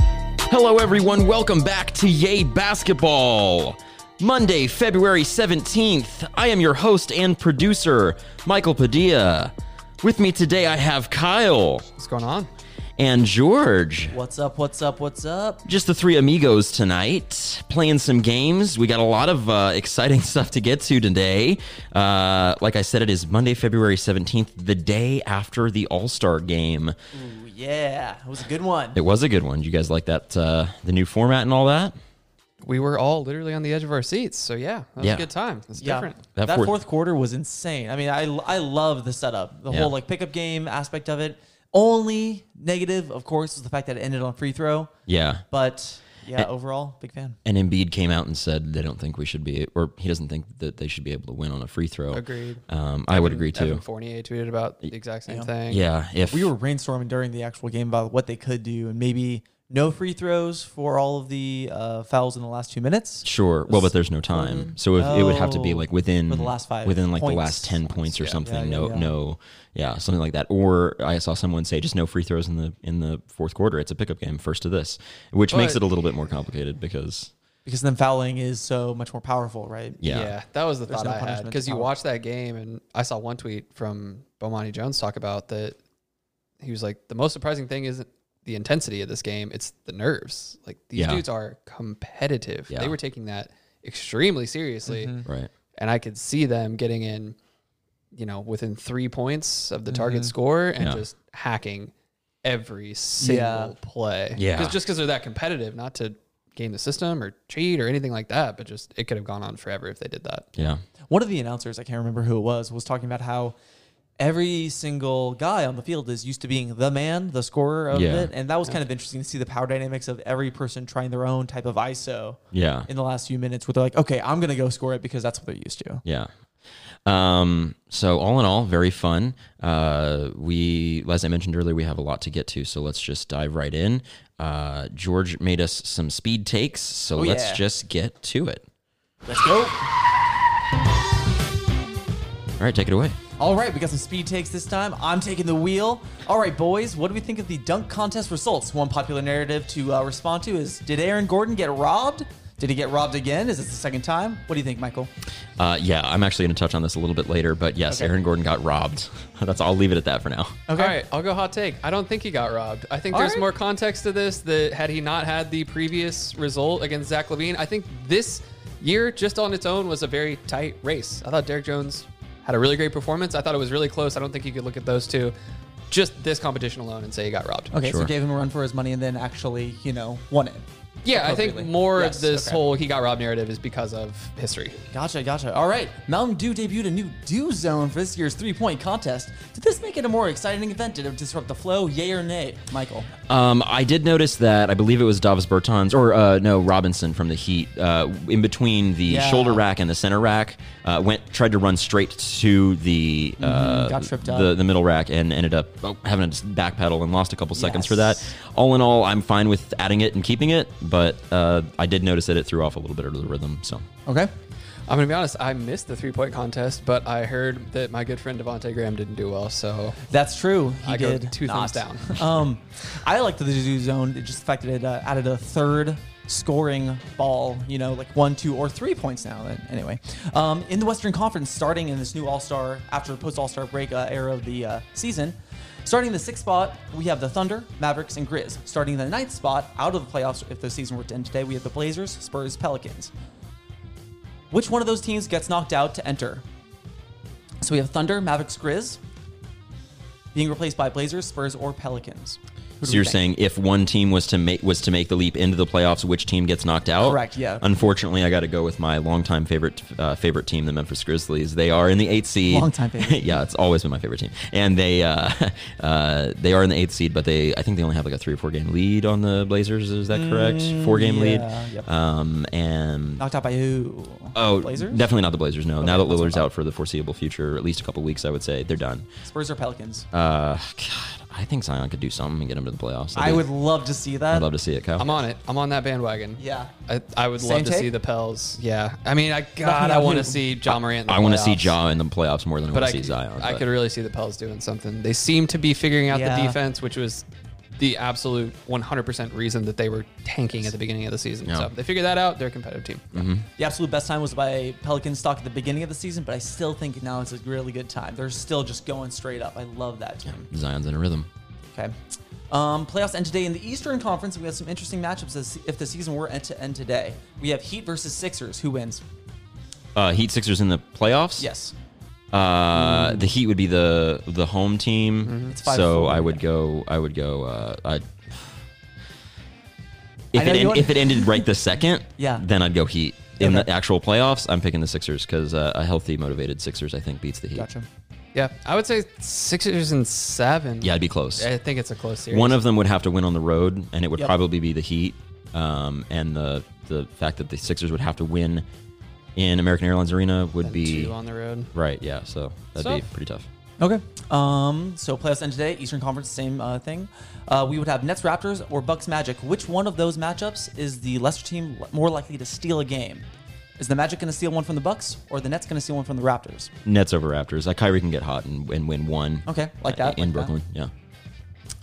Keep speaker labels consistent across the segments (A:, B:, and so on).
A: Hello, everyone. Welcome back to Yay Basketball. Monday, February 17th. I am your host and producer, Michael Padilla. With me today, I have Kyle
B: What's going on?
A: and George.
C: What's up? What's up? What's up?
A: Just the three amigos tonight, playing some games. We got a lot of uh, exciting stuff to get to today. Uh, like I said, it is Monday, February 17th, the day after the All Star game.
C: Ooh, yeah, it was a good one.
A: It was a good one. You guys like that, uh, the new format and all that?
B: We were all literally on the edge of our seats. So yeah, that was
A: Yeah.
B: a good time. It's
C: Yeah,
B: different.
A: That
C: that,
A: fourth-
C: fourth, quarter was insane. I mean, I I love the setup, the
A: Yeah.
C: whole like pickup game aspect of it. Only negative, of course, was the fact that it ended on free throw.
A: Yeah.
C: But yeah, overall, big fan.
A: And Embiid came out and said they don't think we should be, or he doesn't think that they should be able to win on a free throw.
B: Agreed.
A: Um, I would agree
B: Evan
A: too.
B: Fournier tweeted about the exact same thing.
A: Yeah, if
C: We were brainstorming during the actual game about what they could do, and maybe no free throws for all of the uh, fouls in the last two minutes.
A: sure. Well, but there's no time, so if, it would have to be
C: Oh.
A: like within
C: For the last five
A: within like the
C: points.
A: last ten points or something.
C: yeah,
A: no,
C: yeah.
A: no, yeah, something like that. Or I saw someone say just no free throws in the in the fourth quarter. It's a pickup game, first to this, which makes it
B: But-
A: a little bit more complicated because
C: Because then fouling is so much more powerful, right?
A: yeah,
B: Yeah, that was the thought
C: no
B: I had
C: punishment
B: because you
C: power.
B: watched that game, and I saw one tweet from Bomani Jones talk about that. He was like, "The most surprising thing isn't the intensity of this game; it's the nerves. Like these
A: Yeah.
B: dudes are competitive.
A: Yeah.
B: They were taking that extremely seriously,
C: Mm-hmm.
A: right,
B: and I could see them getting in, you know, within three points of the target score and
A: Yeah.
B: just hacking every single play.
A: Yeah.
B: 'Cause- just because they're that competitive, not to game the system or cheat or anything like that, but just it could have gone on forever if they did that.
A: yeah,
C: one of the announcers, I can't remember who it was, was talking about how every single guy on the field is used to being the man, the scorer of
A: Yeah.
C: it. And that was kind of interesting to see the power dynamics of every person trying their own type of ISO
A: yeah.
C: in the last few minutes where they're like, okay, I'm going to go score it because that's what they're used to.
A: Yeah. Um, so all in all, very fun. Uh, we, as I mentioned earlier, we have a lot to get to, so let's just dive right in. Uh, George made us some speed takes, so let's
C: Oh, yeah.
A: just get to it.
C: Let's go.
A: All right, take it away.
C: All right, we got some speed takes this time. I'm taking the wheel. All right, boys, what do we think of the dunk contest results? One popular narrative to uh, respond to is Did Aaron Gordon get robbed? Did he get robbed again? Is this the second time? What do you think, Michael?
A: Uh, yeah, I'm actually going to touch on this a little bit later, but yes,
C: Okay.
A: Aaron Gordon got robbed. That's I'll leave it at that for now.
C: Okay.
B: All right, I'll go hot take. I don't think he got robbed. I think
C: All
B: there's
C: right.
B: more context to this that had he not had the previous result against Zach Levine, I think this year just on its own was a very tight race. I thought Derek Jones had a really great performance. I thought it was really close. I don't think you could look at those two, just this competition alone, and say he got robbed.
C: Okay,
A: Sure.
C: so gave him a run for his money and then actually, you know, won it.
B: Yeah, I think
C: Appropriately.
B: more
C: Yes,
B: of this
C: okay.
B: whole he got robbed narrative is because of history.
C: Gotcha, gotcha. All right, Mountain Dew debuted a new Dew Zone for this year's three-point contest. Did this make it a more exciting event? Did it disrupt the flow? Yay or nay, Michael?
A: Um, I did notice that I believe it was Davis Bertans or uh, no Robinson from the Heat uh, in between the
C: Yeah.
A: shoulder rack and the center rack uh, went tried to run straight to the uh,
C: Mm-hmm. got tripped up.
A: the, the middle rack and ended up oh, having to backpedal and lost a couple seconds for that.
C: Yes.
A: All in all, I'm fine with adding it and keeping it, but uh, I did notice that it threw off a little bit of the rhythm. So
C: Okay.
B: I'm gonna be honest, I missed the three point contest, but I heard that my good friend Devonte Graham didn't do well, so
C: That's true. He
B: I go
C: did
B: two
C: not.
B: thumbs down.
C: um, I liked the Dew Zone. It just the fact that it uh, added a third scoring ball, you know, like one, two, or three points now. But Anyway, um, in the Western Conference, starting in this new All Star after post All Star break uh, era of the uh, season, starting in the sixth spot, we have the Thunder, Mavericks, and Grizz. Starting in the ninth spot, out of the playoffs, if the season were to end today, we have the Blazers, Spurs, Pelicans. Which one of those teams gets knocked out to enter? So we have Thunder, Mavericks, Grizz, being replaced by Blazers, Spurs, or Pelicans. Who do
A: So
C: we
A: you're
C: think?
A: saying if one team was to make was to make the leap into the playoffs, which team gets knocked out?
C: Correct, yeah.
A: Unfortunately, I got to go with my longtime favorite uh, favorite team, the Memphis Grizzlies. They are in the eighth seed.
C: Longtime favorite.
A: yeah, it's always been my favorite team, and they uh, uh, they are in the eighth seed, but they I think they only have like a three or four game lead on the Blazers. Is that correct? Four game
C: Mm, yeah,
A: lead.
C: yep.
A: Um, and
C: knocked out by who?
A: oh,
C: Blazers,
A: definitely not the Blazers. No, now that
C: Okay, that's
A: Lillard's
C: what I
A: out for the foreseeable future, at least a couple weeks, I would say they're done.
C: Spurs or Pelicans.
A: Uh, God, I think Zion could do something and get them to the playoffs.
C: I would love to see that.
A: I'd love to see it, Kyle.
B: I'm on it. I'm on that bandwagon.
C: Yeah.
B: I, I would
C: Same
B: love to
C: take?
B: see the Pels. Yeah. I mean, I God, I
C: on
B: want
C: you.
B: to see John Morant. in the
A: I want to see
B: playoffs.
A: Ja in the playoffs more than I
B: but
A: want
B: I
A: to see
B: could-
A: Zion.
B: I
A: but-
B: could really see the Pels doing something. They seem to be figuring out
C: Yeah.
B: the defense, which was the absolute 100% reason that they were tanking at the beginning of the season.
A: Yeah. Mm-hmm.
B: So they figure that out. They're a competitive team.
C: The absolute best time was by Pelican stock at the beginning of the season, but I still think now it's a really good time. They're still just going straight up. I love that team.
A: Zion's in a rhythm.
C: Okay. Um, playoffs end today in the Eastern Conference, and we have some interesting matchups as if the season were end to end today. We have Heat versus Sixers. Who wins?
A: Uh, Heat Sixers in the playoffs.
C: Yes.
A: Uh, the Heat would be the the home team.
C: It's five
A: so
C: four,
A: I would
C: yeah.
A: go. I would go. Uh, I. If
C: I know
A: it
C: you
A: end,
C: want-
A: if it ended right the second,
C: Yeah.
A: then I'd go Heat. In
C: Okay.
A: the actual playoffs, I'm picking the Sixers because uh, a healthy, motivated Sixers I think beats the Heat.
C: Gotcha.
B: Yeah. I would say Sixers and seven.
A: Yeah, it'd be close.
B: I think it's a close series.
A: One of them would have to win on the road, and it would
C: Yep.
A: probably be the Heat. Um, and the the fact that the Sixers would have to win in American Airlines Arena would
B: And
A: be
B: two on the road.
A: right. Yeah, so that'd be
B: So-
A: pretty tough.
C: Okay. Um, so playoffs end today. Eastern Conference, same uh, thing. Uh, we would have Nets Raptors or Bucks Magic. Which one of those matchups is the lesser team li- more likely to steal a game? Is the Magic going to steal one from the Bucks, or the Nets going to steal one from the Raptors?
A: Nets over Raptors. Like Kyrie can get hot and, and win one.
C: Okay, like
A: uh,
C: that,
A: in
C: like that.
A: Brooklyn. Yeah.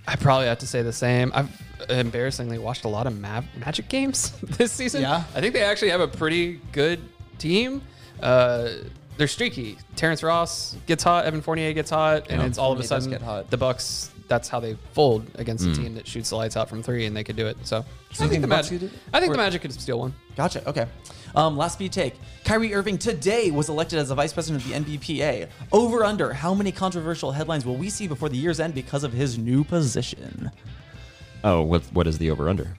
B: I probably have to say the same. I've embarrassingly watched a lot of Ma- Magic games this season.
C: Yeah.
B: I think they actually have a pretty good team. Uh, they're streaky. Terrence Ross gets hot. Evan Fournier gets hot, and
A: Yeah.
B: it's all of a
C: Fournier does
B: sudden
C: get hot.
B: the Bucks. That's how they fold against a team that shoots the lights out from three, and they could do it. So I
C: you
B: think
C: think
B: the
C: the Bucks
B: Magic.
C: could do-
B: I think the
C: or-
B: Magic could steal one.
C: Gotcha. Okay. Um, last speed take. Kyrie Irving today was elected as the vice president of the NBPA. Over under, how many controversial headlines will we see before the year's end because of his new position?
A: Oh, what what is the over under?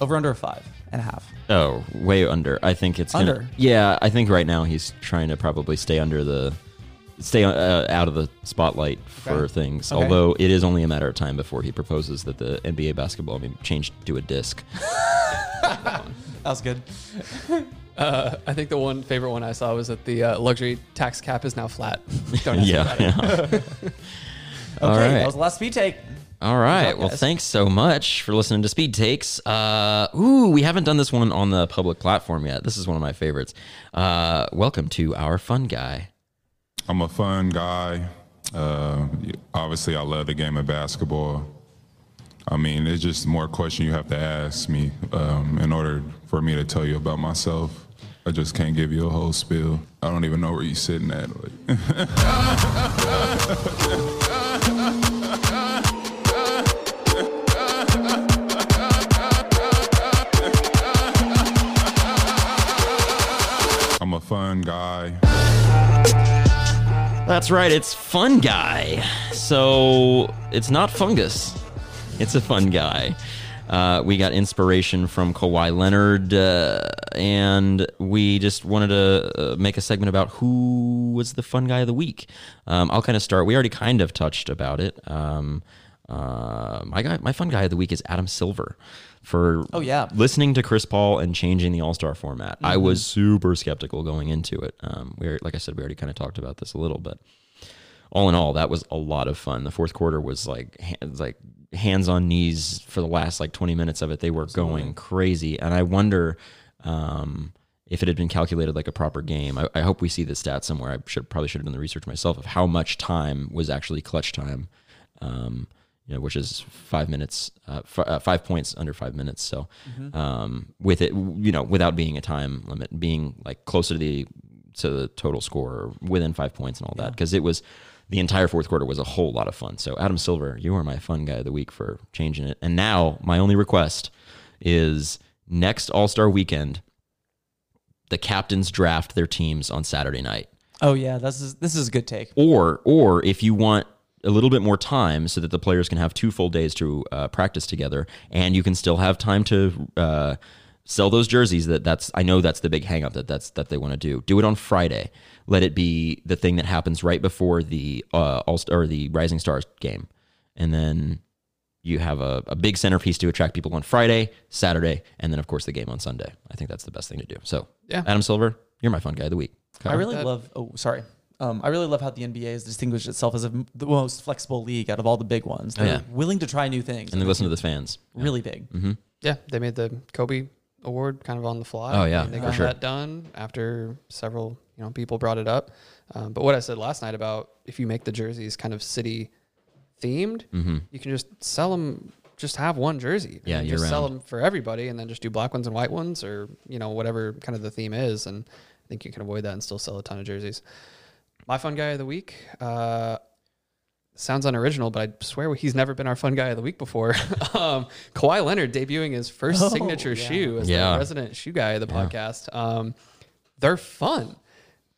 C: Over under five and a half.
A: Oh, way under. I think it's gonna-
C: Under.
A: Yeah, I think right now he's trying to probably stay under the stay uh, out of the spotlight for
B: Okay.
A: things.
C: Okay.
A: Although it is only a matter of time before he proposes that the NBA basketball be changed to a disc.
C: That was good.
B: Uh, I think the one favorite one I saw was that the uh, luxury tax cap is now flat. Don't ask me
A: yeah.
B: about it.
A: yeah.
C: Okay,
A: All right.
C: that was the last speed take.
A: All right. Well,
C: guys.
A: thanks so much for listening to Speed Takes. Uh, ooh, we haven't done this one on the public platform yet. This is one of my favorites. Uh, welcome to our fun guy.
D: I'm a fun guy. Uh, obviously, I love the game of basketball. I mean, it's just more question you have to ask me um, in order for me to tell you about myself. I just can't give you a whole spiel. I don't even know where you're sitting at. Like, I'm a fun guy.
A: That's right. It's Fun Guy. So it's not fungus. It's a fun guy. Uh, we got inspiration from Kawhi Leonard, uh, and we just wanted to uh, make a segment about who was the fun guy of the week. Um, I'll kind of start. We already kind of touched about it. Um, uh, my guy, my fun guy of the week is Adam Silver for
C: Oh, yeah. Mm-hmm.
A: listening to Chris Paul and changing the All Star format. I was super skeptical going into it. Um, we are like I said, we already kind of talked about this a little, but all in all, that was a lot of fun. The fourth quarter was like ha- like hands on knees for the last like 20 minutes of it. They were going crazy, and I wonder um, if it had been calculated like a proper game. I, I hope we see the stats somewhere. I should probably should have done the research myself of how much time was actually clutch time. Um, you know, which is five minutes, uh, f- uh, five points under five minutes. So, um, with it, you know, without being a time limit, being like closer to the to the total score or within five points and all that, because it was the entire fourth quarter was a whole lot of fun. So, Adam Silver, you are my fun guy of the week for changing it. And now, my only request is next All Star Weekend, the captains draft their teams on Saturday night
C: Oh yeah, this is this is a good take.
A: or or if you want a little bit more time so that the players can have two full days to uh, practice together and you can still have time to uh, sell those jerseys that that's i know that's the big hang up that that's that they want to do do it on friday let it be the thing that happens right before the uh, all or the rising stars game and then you have a, a big centerpiece to attract people on friday saturday and then of course the game on sunday i think that's the best thing to do so
B: Yeah.
A: adam silver you're my fun guy of the week
C: I really
B: that-
C: love. Oh, sorry. Um, I really love how the NBA has distinguished itself as a, the most flexible league out of all the big ones. They're
A: Oh, Yeah.
C: willing to try new things.
A: and then listen to the fans Mm-hmm.
C: really big.
B: Yeah, they made the Kobe Award kind of on the fly.
A: Oh, yeah,
B: and they
A: for
B: got
A: sure.
B: that done after several you know people brought it up. Um, but what I said last night about if you make the jerseys kind of city themed,
A: Mm-hmm.
B: you can just sell them. Just have one jersey.
A: Yeah,
B: and just
A: year-round.
B: sell them for everybody, and then just do black ones and white ones, or you know whatever kind of the theme is. And I think you can avoid that and still sell a ton of jerseys. My fun guy of the week. Uh, sounds unoriginal, but I swear he's never been our fun guy of the week before. um, Kawhi Leonard debuting his first
C: Oh,
B: signature
C: yeah.
B: shoe as
A: Yeah.
B: the resident shoe guy of the podcast. Um, they're fun.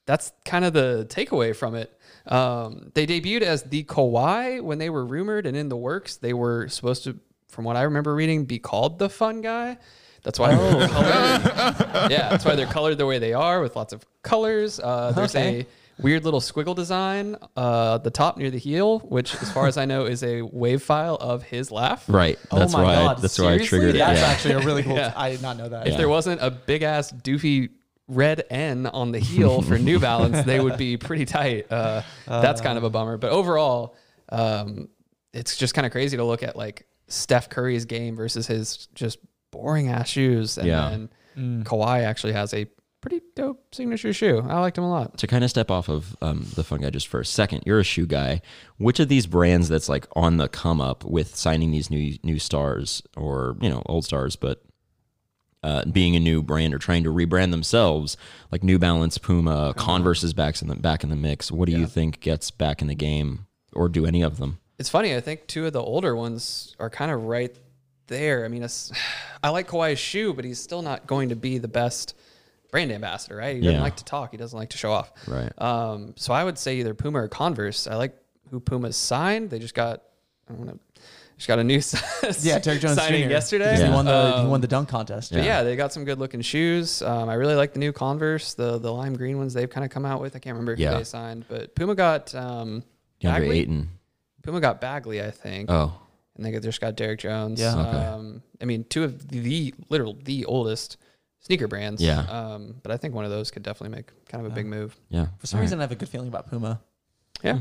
B: That's kind of the takeaway from it. Um, they debuted as the Kawhi when they were rumored and in the works. They were supposed to, from what I remember reading, be called the fun guy. That's why they're colored. yeah, that's why they're colored the way they are with lots of colors. Uh, there's
C: Okay.
B: a weird little squiggle design uh the top near the heel which as far as i know is a wave file of his laugh
A: Right. That's
C: oh my
A: why.
C: god!
A: I, that's why I
C: Seriously?
A: triggered it.
C: That's
A: yeah.
C: actually a really cool.
B: Yeah.
C: I did not know that.
B: if there wasn't a big ass doofy red n on the heel for new balance they would be pretty tight uh, that's kind of a bummer but overall um it's just kind of crazy to look at like steph curry's game versus his just boring ass shoes and
A: Yeah.
B: then Kawhi actually has a pretty dope signature shoe i liked him a lot
A: to kind of step off of um, the fun guy just for a second, you're a shoe guy. Which of these brands that's like on the come up with signing these new new stars or you know old stars, but uh, being a new brand or trying to rebrand themselves, like New Balance,
C: Uh-huh.
A: Puma, Converse is back in the back in the mix. What do you think gets back in the game, or do any of them?
B: It's funny. I think two of the older ones are kind of right there. I mean, it's, I like Kawhi's shoe, but he's still not going to be the best brand ambassador, right? He doesn't
A: Yeah.
B: like to talk. He doesn't like to show off.
A: Right.
B: Um, so I would say either Puma or Converse. I like who Puma's signed. They just got, I don't know, just got a new
C: yeah, Derek Jones
B: signing
C: Jr.
B: yesterday.
C: because He won the he
B: Um,
C: won the dunk contest.
B: but yeah, they got some good looking shoes. Um, I really like the new Converse, the the lime green ones they've kind of come out with. I can't remember who
A: Yeah.
B: they signed, but Puma got um,
A: DeAndre
B: Bagley.
A: Uh, Ayton.
B: Puma got Bagley, I think
A: Oh,
B: and they just got Derek Jones.
C: Yeah.
A: Okay.
B: Um, I mean, two of the literal the oldest sneaker brands.
A: Yeah.
B: Um, but I think one of those could definitely make kind of a big move.
A: yeah.
C: For some
A: All right.
C: reason, I have a good feeling about Puma.
B: Yeah.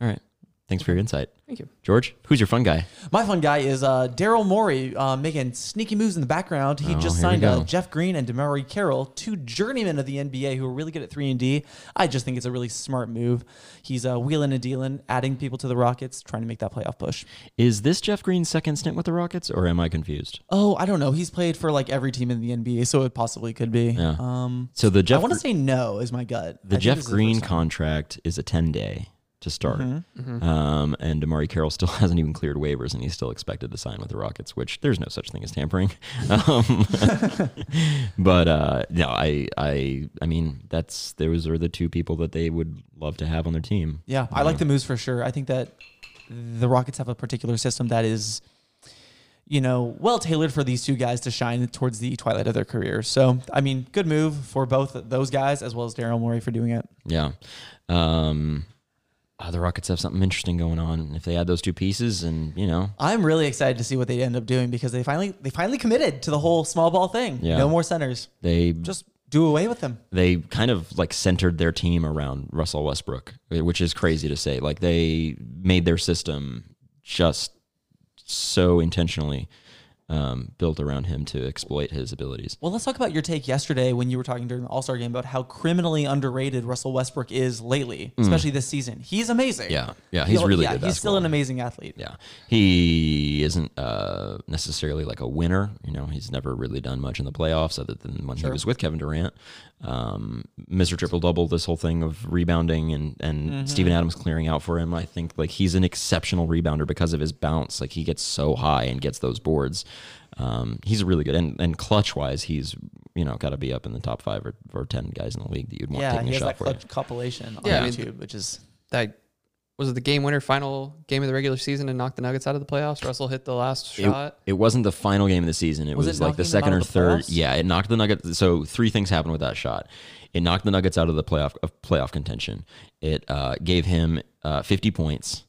A: All right. Thanks for your insight,
B: Thank you.
A: George. Who's your fun guy?
C: My fun guy is uh, Daryl Morey uh, making sneaky moves in the background. He
A: Oh,
C: just
A: here we
C: signed uh,
A: go.
C: Jeff Green and Demary Carroll, two journeymen of the NBA who are really good at three and D. I just think it's a really smart move. He's uh, wheeling and dealing, adding people to the Rockets, trying to make that playoff push.
A: Is this Jeff Green's second stint with the Rockets, or am I confused?
C: Oh, I don't know. He's played for like every team in the NBA, so it possibly could be.
A: Yeah.
C: Um,
A: So the Jeff.
C: I want
A: Gr-
C: to say no is my gut. I
A: the
C: think
A: Jeff
C: this is
A: Green
C: first time. Mm-hmm.
A: contract is a 10 day to start. Um, and Damari Carroll still hasn't even cleared waivers and he's still expected to sign with the Rockets, which there's no such thing as tampering. um, but uh, no, I, I, I mean, that's those are the two people that they would love to have on their team.
C: Yeah, I like the moves for sure. I think that the Rockets have a particular system that is, you know, well tailored for these two guys to shine towards the twilight of their career. So, I mean, good move for both those guys as well as Daryl Morey for doing it.
A: Yeah. Um, uh, the Rockets have something interesting going on. And if they add those two pieces and, you know,
C: I'm really excited to see what they end up doing because they finally they finally committed to the whole small ball thing.
A: Yeah.
C: No more centers.
A: they
C: Just do away with them.
A: they kind of like centered their team around Russell Westbrook, which is crazy to say. Like they made their system just so intentionally um, built around him to exploit his abilities.
C: Well, let's talk about your take yesterday when you were talking during the All Star game about how criminally underrated Russell Westbrook is lately, especially this season. He's amazing.
A: Mm. Yeah, yeah, he's really
C: yeah,
A: good.
C: He's still
A: basketball.
C: an amazing athlete.
A: Yeah, he isn't uh, necessarily like a winner. You know, he's never really done much in the playoffs other than when he was with Kevin Durant. Um, Mr. Triple Double, this whole thing of rebounding and and
C: Mm-hmm.
A: Steven Adams clearing out for him. I think like he's an exceptional rebounder because of his bounce. Like he gets so high and gets those boards. Um, he's really good and and clutch wise, he's you know got to be up in the top five or, or ten guys in the league that you'd want
C: Yeah,
A: taking
C: he
A: a
C: has
A: shot
C: that
A: for.
C: clutch compilation on
B: Yeah, I mean,
C: YouTube, which is
B: That was it the game winner final game of the regular season and knocked the Nuggets out of the playoffs. Russell hit the last
A: It-
B: shot.
A: It, wasn't the final game of the season. It
C: Was
A: was,
C: it
A: like the
C: knocking them
A: second
C: out
A: or
C: of the
A: third.
C: playoffs?
A: Yeah, it knocked the Nuggets. So three things happened with that shot. It knocked the Nuggets out of the playoff of playoff contention. It uh, gave him uh, 50 points.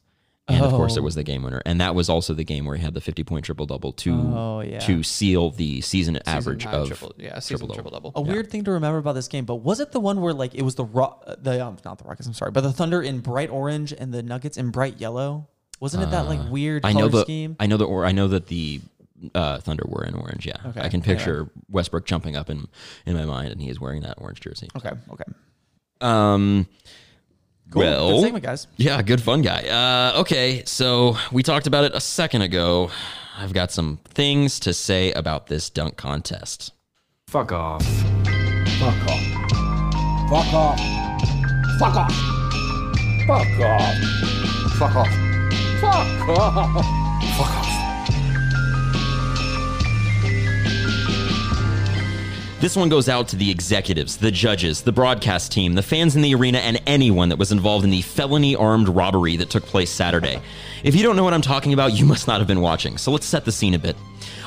A: And of course, it
C: Oh.
A: was the game winner, and that was also the game where he had the fifty-point triple-double to
C: Oh, yeah.
A: to seal the season average
B: Season high
A: of Oh,
B: triple, yeah, season triple double.
C: a weird thing to remember about this game. But was it the one where like it was the Ro- uh, the um, not the Rockets? I'm sorry, but the Thunder in bright orange and the Nuggets in bright yellow. Wasn't it that like weird
A: Uh, I
C: color
A: know the
C: scheme?
A: I know the or I know that the uh, Thunder were in orange. Yeah,
C: Okay,
A: I can
C: yeah.
A: picture Westbrook jumping up in in my mind, and he is wearing that orange jersey.
C: okay, okay.
A: Um,
C: Cool.
A: Well,
C: Good segment, guys.
A: Yeah, good fun guy. Uh, okay, so we talked about it a second ago. I've got some things to say about this dunk contest.
E: Fuck off.
F: Fuck off. Fuck off. Fuck off. Fuck off. Fuck off. Fuck off. Fuck off.
A: This one goes out to the executives, the judges, the broadcast team, the fans in the arena, and anyone that was involved in the felony armed robbery that took place Saturday. If you don't know what I'm talking about, you must not have been watching. So let's set the scene a bit.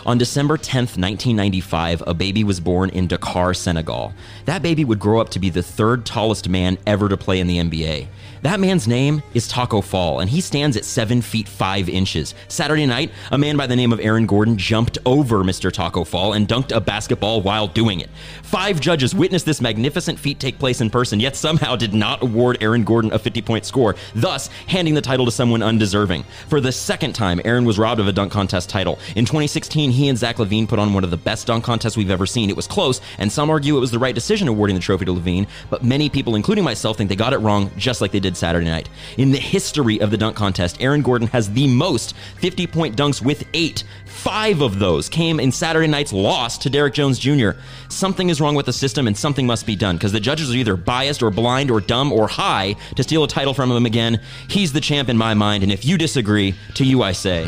A: On December 10th, 1995, a baby was born in Dakar, Senegal. That baby would grow up to be the third tallest man ever to play in the NBA. That man's name is Taco Fall, and he stands at 7 feet 5 inches. Saturday night, a man by the name of Aaron Gordon jumped over Mr. Taco Fall and dunked a basketball while doing it. Five judges witnessed this magnificent feat take place in person, yet somehow did not award Aaron Gordon a 50 point score, thus handing the title to someone undeserving. For the second time, Aaron was robbed of a dunk contest title. In 2016, he and Zach Levine put on one of the best dunk contests we've ever seen. It was close, and some argue it was the right decision awarding the trophy to Levine, but many people, including myself, think they got it wrong, just like they did Saturday night. In the history of the dunk contest, Aaron Gordon has the most 50 point dunks with eight. Five of those came in Saturday night's loss to Derek Jones Jr. Something is wrong with the system, and something must be done because the judges are either biased or blind or dumb or high to steal a title from him again. He's the champ in my mind, and if you disagree, to you I say.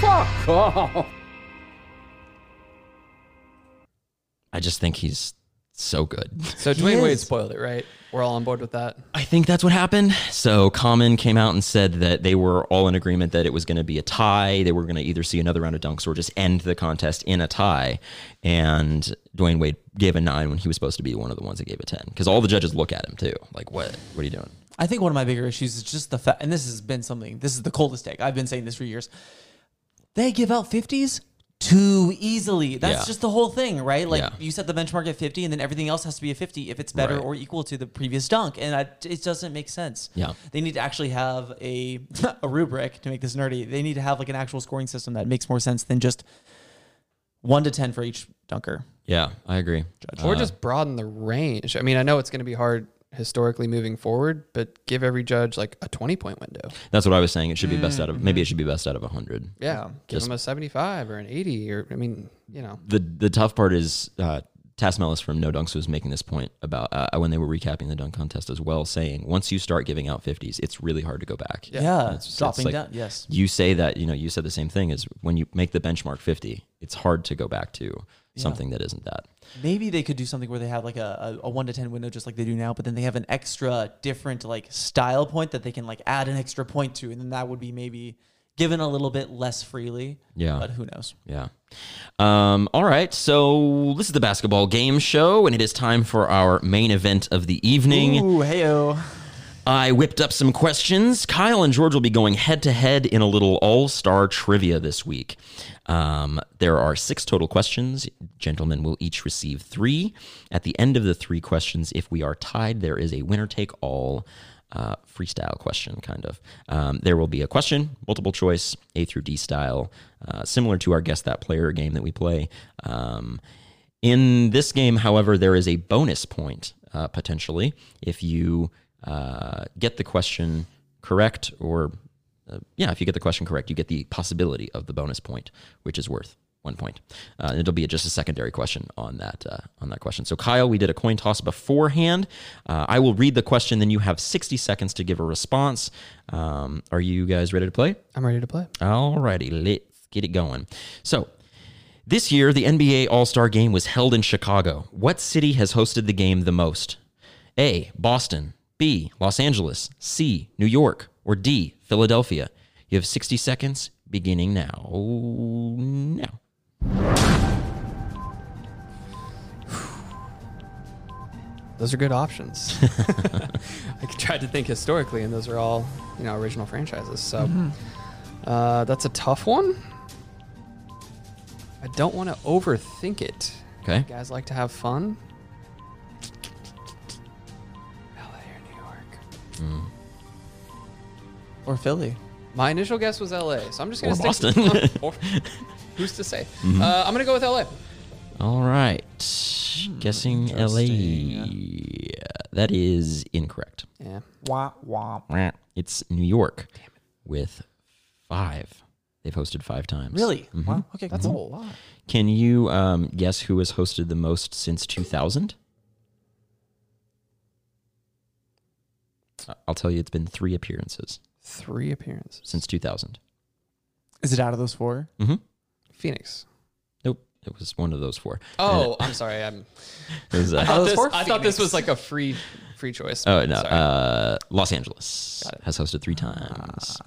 F: Fuck off.
A: I just think he's so good.
B: So Dwayne Wade
C: is.
B: spoiled it, right? We're all on board with that.
A: I think that's what happened. So Common came out and said that they were all in agreement that it was going to be a tie. They were going to either see another round of dunks or just end the contest in a tie. And Dwayne Wade gave a nine when he was supposed to be one of the ones that gave a ten because all the judges look at him too, like what? What are you doing?
C: I think one of my bigger issues is just the fact, and this has been something, this is the coldest take. I've been saying this for years. They give out 50s too easily. That's
A: Yeah.
C: just the whole thing, right? Like
A: Yeah.
C: you set the benchmark at 50, and then everything else has to be a 50 if it's better
A: Right.
C: or equal to the previous dunk. And I, it doesn't make sense.
A: Yeah.
C: They need to actually have a, a rubric to make this nerdy. They need to have like an actual scoring system that makes more sense than just one to 10 for each dunker.
A: Yeah, I agree. Uh,
B: Or just broaden the range. I mean, I know it's going to be hard historically moving forward, but give every judge like a 20 point window.
A: That's what I was saying. It should be best out of maybe it should be best out of hundred.
B: Mm-hmm. Yeah. Give them a 75 or an 80 or, I mean, you know.
A: the the tough part is uh, Tass Mellis from No Dunks was making this point about uh, when they were recapping the dunk contest as well, saying once you start giving out fifties, it's really hard to go back.
C: Yeah.
A: It's- it's
C: dropping
A: like-
C: down. Yes.
A: You say that you know you said the same thing is when you make the benchmark fifty, it's hard to go back to something that isn't that.
C: Maybe they could do something where they have like a, a, a one to ten window just like they do now, but then they have an extra different like style point that they can like add an extra point to, and then that would be maybe given a little bit less freely.
A: Yeah.
C: But who knows?
A: Yeah. Um, all right. So this is the basketball game show, and it is time for our main event of the evening.
C: Ooh, heyo.
A: I whipped up some questions. Kyle and George will be going head to head in a little all star trivia this week. Um, there are six total questions. Gentlemen will each receive three. At the end of the three questions, if we are tied, there is a winner take all uh, freestyle question, kind of. Um, there will be a question, multiple choice, A through D style, uh, similar to our Guess That Player game that we play. Um, in this game, however, there is a bonus point uh, potentially if you uh, get the question correct, or uh, yeah, if you get the question correct, you get the possibility of the bonus point, which is worth one point. Uh, and it'll be just a secondary question on that uh, on that question. So, Kyle, we did a coin toss beforehand. Uh, I will read the question, then you have sixty seconds to give a response. Um, are you guys ready to play?
B: I'm ready to play.
A: Alrighty, let's get it going. So, this year, the NBA All Star game was held in Chicago. What city has hosted the game the most? A. Boston. B. Los Angeles. C. New York. Or D. Philadelphia. You have 60 seconds beginning now. Now.
B: Those are good options. I tried to think historically, and those are all, you know, original franchises. So
A: Mm-hmm.
B: uh, that's a tough one. I don't want to overthink it.
A: Okay.
B: You guys like to have fun? LA or New York?
C: Or Philly.
B: My initial guess was LA, so I'm just going
A: Or
B: to
A: Boston. Mm-hmm.
B: or, who's to say? Uh, I'm going to go with LA.
A: All right. Guessing LA. That is incorrect.
B: Yeah.
C: Wah, wah.
A: It's New York with five. They've hosted five times.
C: Really? Wow. Okay, that's a whole lot.
A: Can you um, guess who has hosted the most since 2000? I- I'll tell you, it's been three appearances
B: Three appearances.
A: since 2000.
C: Is it out of those four?
B: Phoenix.
A: Nope, it was one of those four.
B: Oh, I'm sorry. I'm,
A: It was, uh,
B: I, thought
C: those
B: this,
C: four
B: I thought
C: Phoenix.
B: this was like a free free choice.
A: oh no,
B: Sorry.
A: uh, Los Angeles has hosted three times.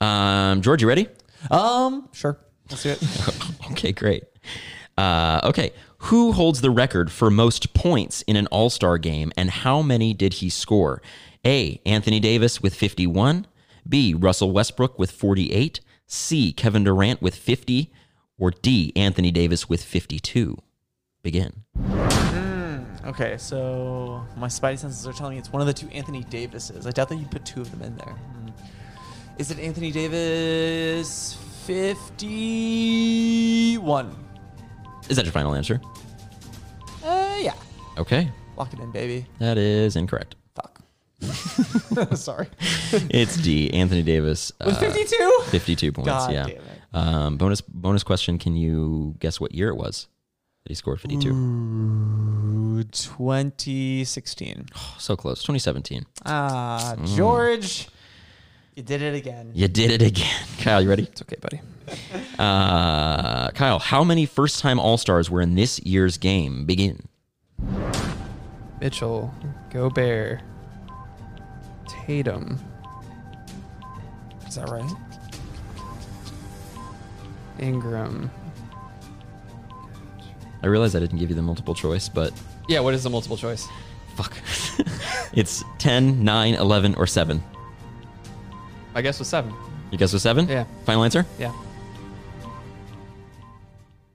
B: Ah.
A: Um, George, you ready?
C: Um, sure. Let's do it.
A: Okay, great. Uh, okay, who holds the record for most points in an All Star game, and how many did he score? A. Anthony Davis with 51. B. Russell Westbrook with 48. C. Kevin Durant with 50. Or D. Anthony Davis with 52. Begin.
C: okay, so my spidey senses are telling me it's one of the two Anthony Davises. I doubt that you put two of them in there. Hmm. Is it Anthony Davis 51?
A: Is that your final answer?
C: Uh, yeah.
A: Okay,
C: Lock it in, baby.
A: that is incorrect.
C: Fuck. Sorry.
A: It's D. Anthony Davis.
C: With
A: uh,
C: 52?
A: 52 points,
C: God
A: yeah.
C: damn it.
A: Um, bonus bonus question, can you guess what year it was that he scored 52?
C: 2016.
A: So close. 2017.
C: Ah, George. You did it again.
A: You did it again. Kyle, you ready?
B: it's okay, buddy.
A: Uh, Kyle, how many first time All Stars were in this year's game? Begin.
B: Mitchell, Gobert, Tatum,
C: Is that right?
B: Ingram.
A: I realize I didn't give you the multiple choice, but
B: Yeah, what is the multiple choice?
A: fuck. it's 10, 9, 11, or 7.
B: My guess was seven.
A: You guess with 7?
B: Yeah.
A: Final answer?
B: Yeah.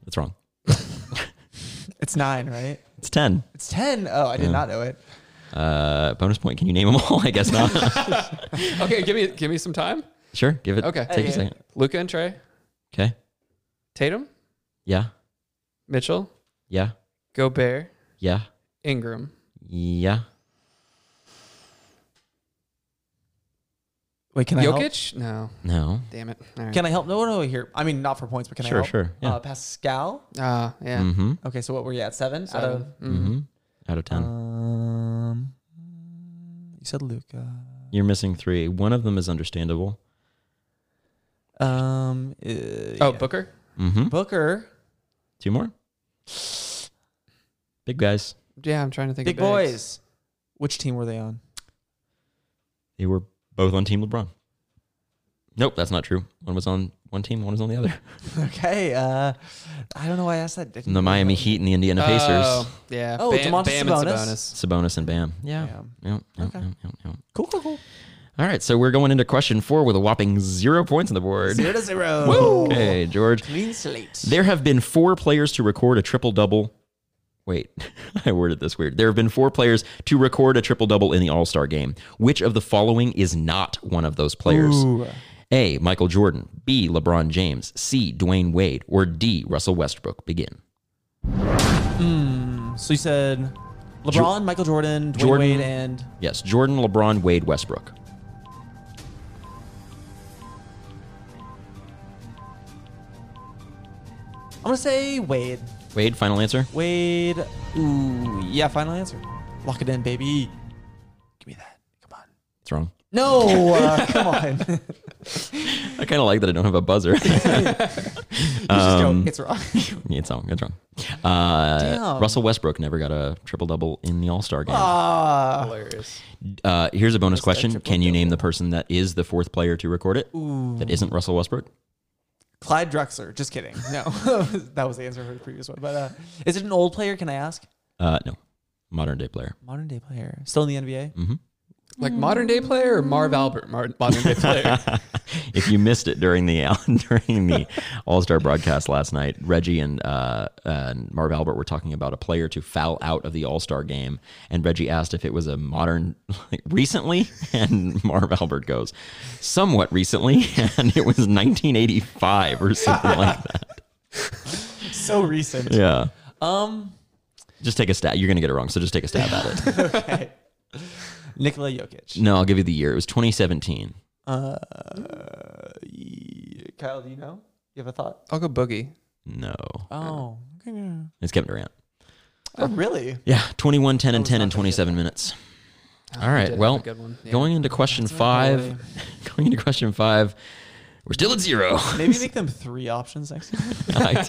A: That's wrong.
C: It's nine, right?
A: It's 10.
C: It's ten. Oh, I did not know it.
A: Uh, bonus point. Can you name them all? I guess not.
B: Okay, give me give me some time.
A: sure. Give it.
B: Okay.
A: Take a second.
B: Luca and Trey,
A: Okay.
B: Tatum,
A: Yeah.
B: Mitchell,
A: Yeah.
B: Gobert,
A: Yeah.
B: Ingram.
A: Yeah.
C: Wait, can I help?
B: Jokic? No.
A: No.
B: Damn it. All right.
C: Can I help? No, no, here. I mean, not for points, but can
A: Sure,
C: I help?
A: sure, yeah.
C: Uh, Pascal.
B: Ah, yeah.
A: Mm-hmm.
C: Okay, so what were you at? Seven, out of.
A: Mm-hmm. Out of
C: Uh,
A: 10.
C: Um, you said Luca.
A: You're missing three. One of them is understandable.
C: Um. uh,
B: Oh,
C: yeah.
B: Booker?
A: Mm-hmm.
C: Booker.
A: Two more. Big guys.
B: Yeah, I'm trying to think of
C: Big
B: bigs.
C: boys. Which team were they on?
A: They were both on Team LeBron. Nope, that's not true. One was on one team, one was on the other.
C: Okay. Uh, I don't know why I asked that.
A: And the Miami Heat and the Indiana Pacers.
B: Oh, yeah.
C: Oh, DeMontis Sabonis.
A: Sabonis and Bam. Yeah.
C: Yeah.
A: Yeah. yeah,
C: Okay.
A: yeah, yeah, yeah.
C: Cool, cool, cool.
A: All right, so we're going into question four with a whopping zero points on the board.
C: Zero to zero.
A: Okay, George.
C: Clean slate.
A: There have been four players to record a triple double. Wait, I worded this weird. There have been four players to record a triple double in the All Star game. Which of the following is not one of those players?
C: Ooh.
A: A. Michael Jordan. B. LeBron James. C. Dwayne Wade. Or D. Russell Westbrook. Begin.
C: So you said LeBron, Michael Jordan, Dwayne
A: Jordan.
C: Wade, and
A: Yes, Jordan, LeBron, Wade, Westbrook.
C: I'm gonna say Wade.
A: Wade, final answer.
C: Wade. Ooh, yeah. Final answer. Lock it in, baby. Give me that. Come on.
A: It's wrong.
C: No, uh, come on. You
A: I kind of like that I don't have a buzzer.
C: just go. It's wrong.
A: it's wrong. It's wrong. Uh,
C: Damn.
A: Russell Westbrook never got a triple double in the All Star game.
C: Ah,
B: Hilarious.
A: Uh, here's a bonus
C: that
A: question.
C: triple
A: Can you name the person that is the fourth player to record it that isn't Russell Westbrook?
C: Clyde Drexler. Just kidding. No, that was the answer for the previous one. But uh, is it an old player? Can I ask?
A: Uh, no, modern day player.
C: Modern day player, still in the NBA.
B: Like modern day player or Marv Albert, mar- modern day player?
A: If you missed it during the during the All Star broadcast last night, Reggie and uh, and Marv Albert were talking about a player to foul out of the All Star game, and Reggie asked if it was a modern, like recently, and Marv Albert goes, somewhat recently, and it was 1985 or something like that.
C: So recent.
A: Yeah,
C: Um.
A: just take a stab. You're gonna get it wrong, so just take a stab at it.
C: Okay. Nikola Jokic.
A: No, I'll give you the year. It was 2017.
C: Uh, Kyle, do you know? You have a thought?
B: I'll go boogie.
A: No,
C: Oh,
A: it's Kevin Durant.
C: oh really?
A: Yeah, 21, 10, and
C: was
A: 10 in
C: not gonna get
A: 27 minutes.
B: Oh,
A: All
B: we
A: right,
B: did have
A: well,
B: a good one. Yeah.
A: Going into question
C: really-
A: five, going into question five, we're still at zero.
C: Maybe make them three options next time
A: I,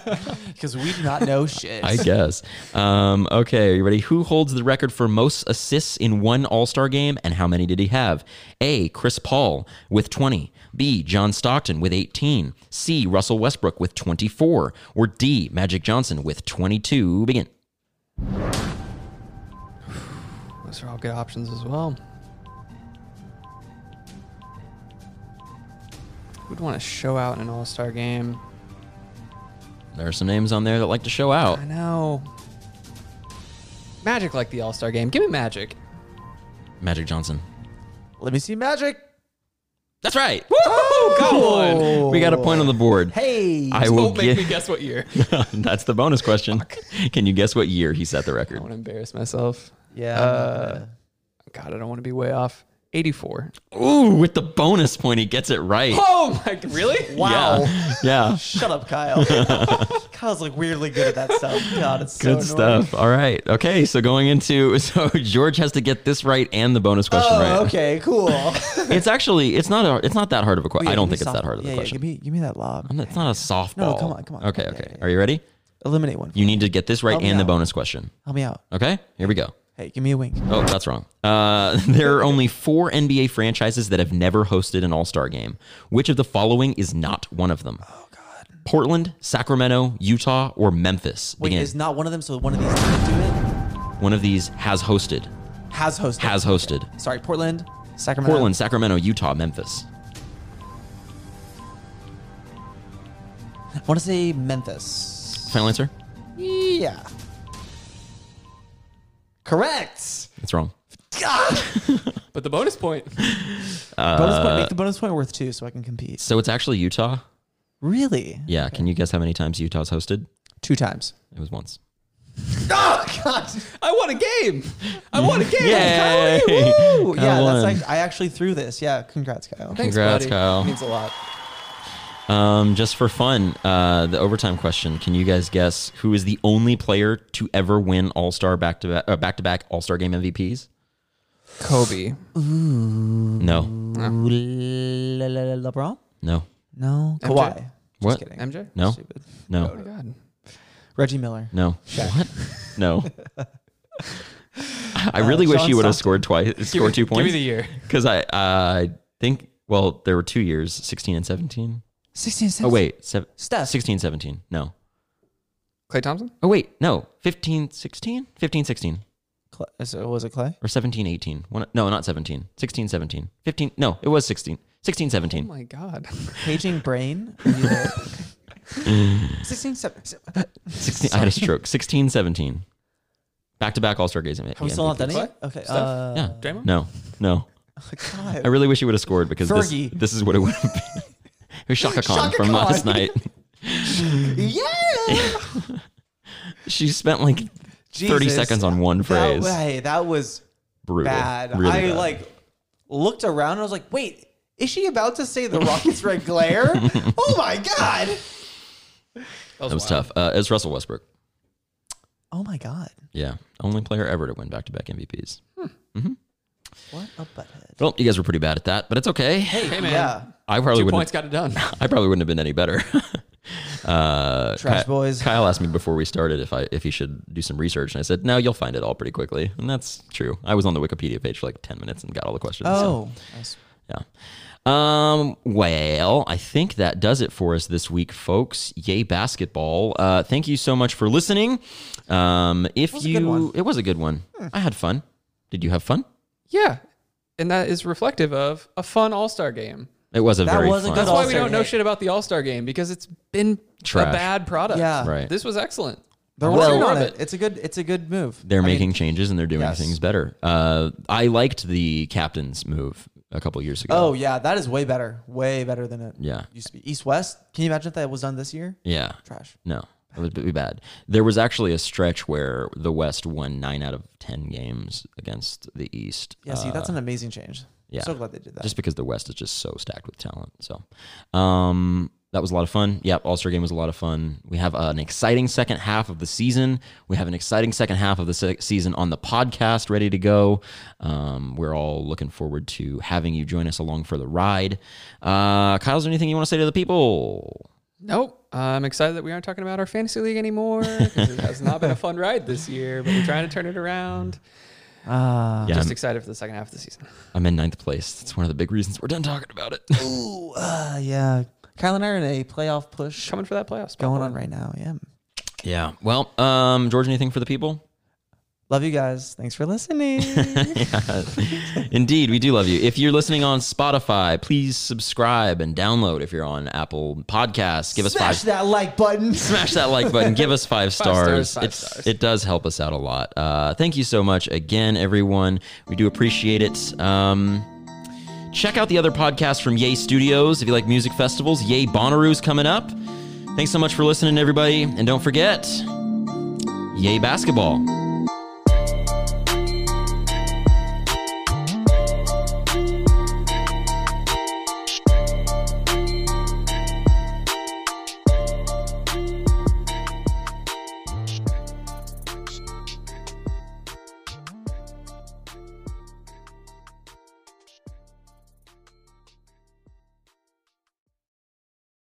C: because we do not know shit.
A: I guess. Um, okay, you ready? Who holds the record for most assists in one All Star game, and how many did he have? A. Chris Paul with 20. B. John Stockton with 18. C. Russell Westbrook with 24. Or D. Magic Johnson with 22. Begin.
B: Those are all good options as well. Would want to show out in an All Star game.
A: There are some names on there that like to show out.
B: I know. Magic like the All Star game. Give me Magic.
A: Magic Johnson.
C: Let me see magic.
A: That's right.
B: Oh,
C: Oh.
A: We got a point on the board.
C: Hey,
A: I
B: Don't
A: will
B: make
A: give.
B: me guess what year.
A: That's the bonus question. Can you guess what year he set the
B: I
A: record?
B: want to embarrass myself.
C: yeah.
B: Uh, God, I don't want to be way off. 84.
A: Ooh, with the bonus point, he gets it right.
B: Oh my! Really?
C: wow.
A: Yeah. yeah.
C: Shut up, Kyle. Kyle's like weirdly good at that stuff. God, it's
A: Good
C: so annoying.
A: stuff. All right. Okay. So going into so George has to get this right and the bonus question
C: Oh,
A: right.
C: okay, cool.
A: It's actually it's not a, it's not that hard of a question. I don't think it's that hard of a
C: yeah,
A: question.
C: Yeah, give me, give me that lob.
A: I'm not- it's not a softball.
C: No, come on, come on,
A: Okay.
C: come on.
A: Okay.
C: Yeah, yeah,
A: Are you ready?
C: Eliminate one.
A: You need to get this right
C: Help me
A: and the
C: out.
A: bonus question.
C: Help me out.
A: Okay. Here we go.
C: Hey, give me a wink.
A: Oh, that's wrong. Uh, there are only four NBA franchises that have never hosted an All Star game. Which of the following is not one of them? Oh God! Portland, Sacramento, Utah, or Memphis.
C: Wait,
A: Begin.
C: is not one of them? So one of these didn't do
A: One of these has hosted.
C: it. Has hosted.
A: Has hosted.
C: Sorry, Portland, Sacramento.
A: Portland, Sacramento, Utah, Memphis.
C: I want to say Memphis.
A: Final answer.
C: Yeah. Correct.
A: It's wrong.
C: God.
B: But the bonus point.
C: bonus
A: Uh,
C: point. Make the bonus point worth two, so I can compete.
A: So it's actually Utah.
C: Really?
A: Yeah. Can you guess how many times Utah's hosted?
C: Two times.
A: It was once.
C: Oh God.
B: I won a game. I won a game.
A: Yay!
C: Woo!
A: I
C: Yeah, that's
A: won.
C: like I actually threw this. Yeah, congrats, Kyle.
B: Thanks,
A: Congrats,
B: buddy.
A: Kyle.
B: means a lot.
A: Um, just for fun, uh, the overtime question. Can you guys guess who is the only player to ever win All Star back to back, uh, back to back All Star game MVPs?
B: Kobe.
A: No,
C: Ooh, la, la, la, LeBron?
A: no,
C: No.
B: MJ?
C: Kawhi.
A: What?
C: Just kidding.
B: MJ.
A: no,
C: Stupid.
A: no,
B: God.
C: Reggie Miller.
A: no. What? No. I really wish
C: Uh, Sean
A: you would have scored
C: Stockton.
A: twice, scored two
B: Give
A: points,
B: me the year.
A: because I, I think well, there were two years, sixteen and seventeen.
C: 16 cents.
A: Oh wait, sev-
C: Steph.
A: 16, 17. No.
B: Clay Thompson.
A: Oh wait, no, 15, 16? 15, 16.
C: Cl- is it- was it Clay?
A: or 17 18 One- no not 17 16 17 15 no it was 16 16
B: Oh
A: 17
B: my God.
C: Paging brain? Are you there? 16, 7.
A: 16 i had a stroke 16 17 back to back all-star games
C: Have we still not done it
B: Clay?
C: yet? Okay.
B: Steph?
C: Uh,
A: yeah
B: Draymond?
A: no no i really wish you would have scored because this,
C: Fergie.
A: this is what it would have been it was Shaka Khan
C: Shaka
A: from
C: Khan.
A: last night
C: yeah.
A: she spent like 30
C: Jesus.
A: seconds on one phrase
C: That, hey, that was
A: brutal
C: bad.
A: Really
C: I
A: bad.
C: like looked around and I was like, wait, is she about to say the Rockets red glare? oh my god.
A: that was
B: wild.
A: tough uh, it's Russell Westbrook
C: Oh my god.
A: yeah only player ever to win back to back MVPs
C: What a butthead.
A: well you guys were pretty bad at that but it's okay
B: Hey man.
C: Yeah.
A: I probably
B: Two
A: wouldn't have-
B: points got it done.
A: I probably wouldn't have been any better. uh,
C: Trash
A: Ky-
C: boys.
A: Kyle asked me before we started if I if he should do some research, and I said no. You'll find it all pretty quickly, and that's true. I was on the Wikipedia page for like ten minutes and got all the questions.
C: Oh.
A: so, yeah. Um. Well, I think that does it for us this week, folks. Yay basketball! Uh, thank you so much for listening. Um, if
C: was a
A: you,
C: good one. Hmm.
A: it was a good one. I had fun. Did you have fun?
B: Yeah. And that is reflective of a fun All Star game.
A: It was a
C: That
A: very
C: was a
A: fun.
C: good
B: That's why we
C: All-Star
B: don't know
C: game.
B: shit about the All Star game because it's been
A: Trash.
B: a bad product.
C: Yeah.
A: Right.
B: This was excellent.
C: They're
B: Well-
C: working on
B: Love
C: it.
B: it.
C: It's a good it's a good move.
A: they're
C: I mean,
A: making changes and they're doing
C: Yes.
A: things better. Uh, I liked the captain's move a couple years ago.
C: Oh yeah, that is way better. Way better than it
A: yeah,
C: used to be. East West. Can you imagine if that was done this year?
A: yeah.
C: Trash.
A: No, It was pretty bad. There was actually a stretch where the West won nine out of ten games against the East. Uh,
C: Yeah, see, that's an amazing change.
A: yeah.
C: So glad they did that.
A: just because the West is just so stacked with talent. So, um, that was a lot of fun. Yep, All Star game was a lot of fun. We have uh, an exciting second half of the season. We have an exciting second half of the se- season on the podcast ready to go. Um, we're all looking forward to having you join us along for the ride. Uh, Kyle, is there anything you want to say to the people?
B: Nope. I'm excited that we aren't talking about our fantasy league anymore 'cause it has not been a fun ride this year, but we're trying to turn it around.
C: Uh,
A: yeah,
B: Just
A: I'm,
B: excited for the second half of the season.
A: I'm in ninth place. That's one of the big reasons we're done talking about it.
C: Ooh, uh, yeah. Kyle and I are in a playoff push
B: Coming for that playoff spot.
C: going on right now. Yeah.
A: yeah. Well, um, George, anything for the people?
C: Love you guys. Thanks for listening.
A: Indeed, we do love you. If you're listening on Spotify, please subscribe and download. If you're on Apple Podcasts, give us
C: Smash
A: five.
C: that like button.
A: Smash that like button. Give us five stars.
B: stars, five
A: It's-
B: stars.
A: It does help us out a lot. Uh, thank you so much again, everyone. We do appreciate it. Um, check out the other podcasts from Yay Studios if you like music festivals. Yay Bonnaroo's coming up. Thanks so much for listening, everybody. And don't forget, Yay Basketball.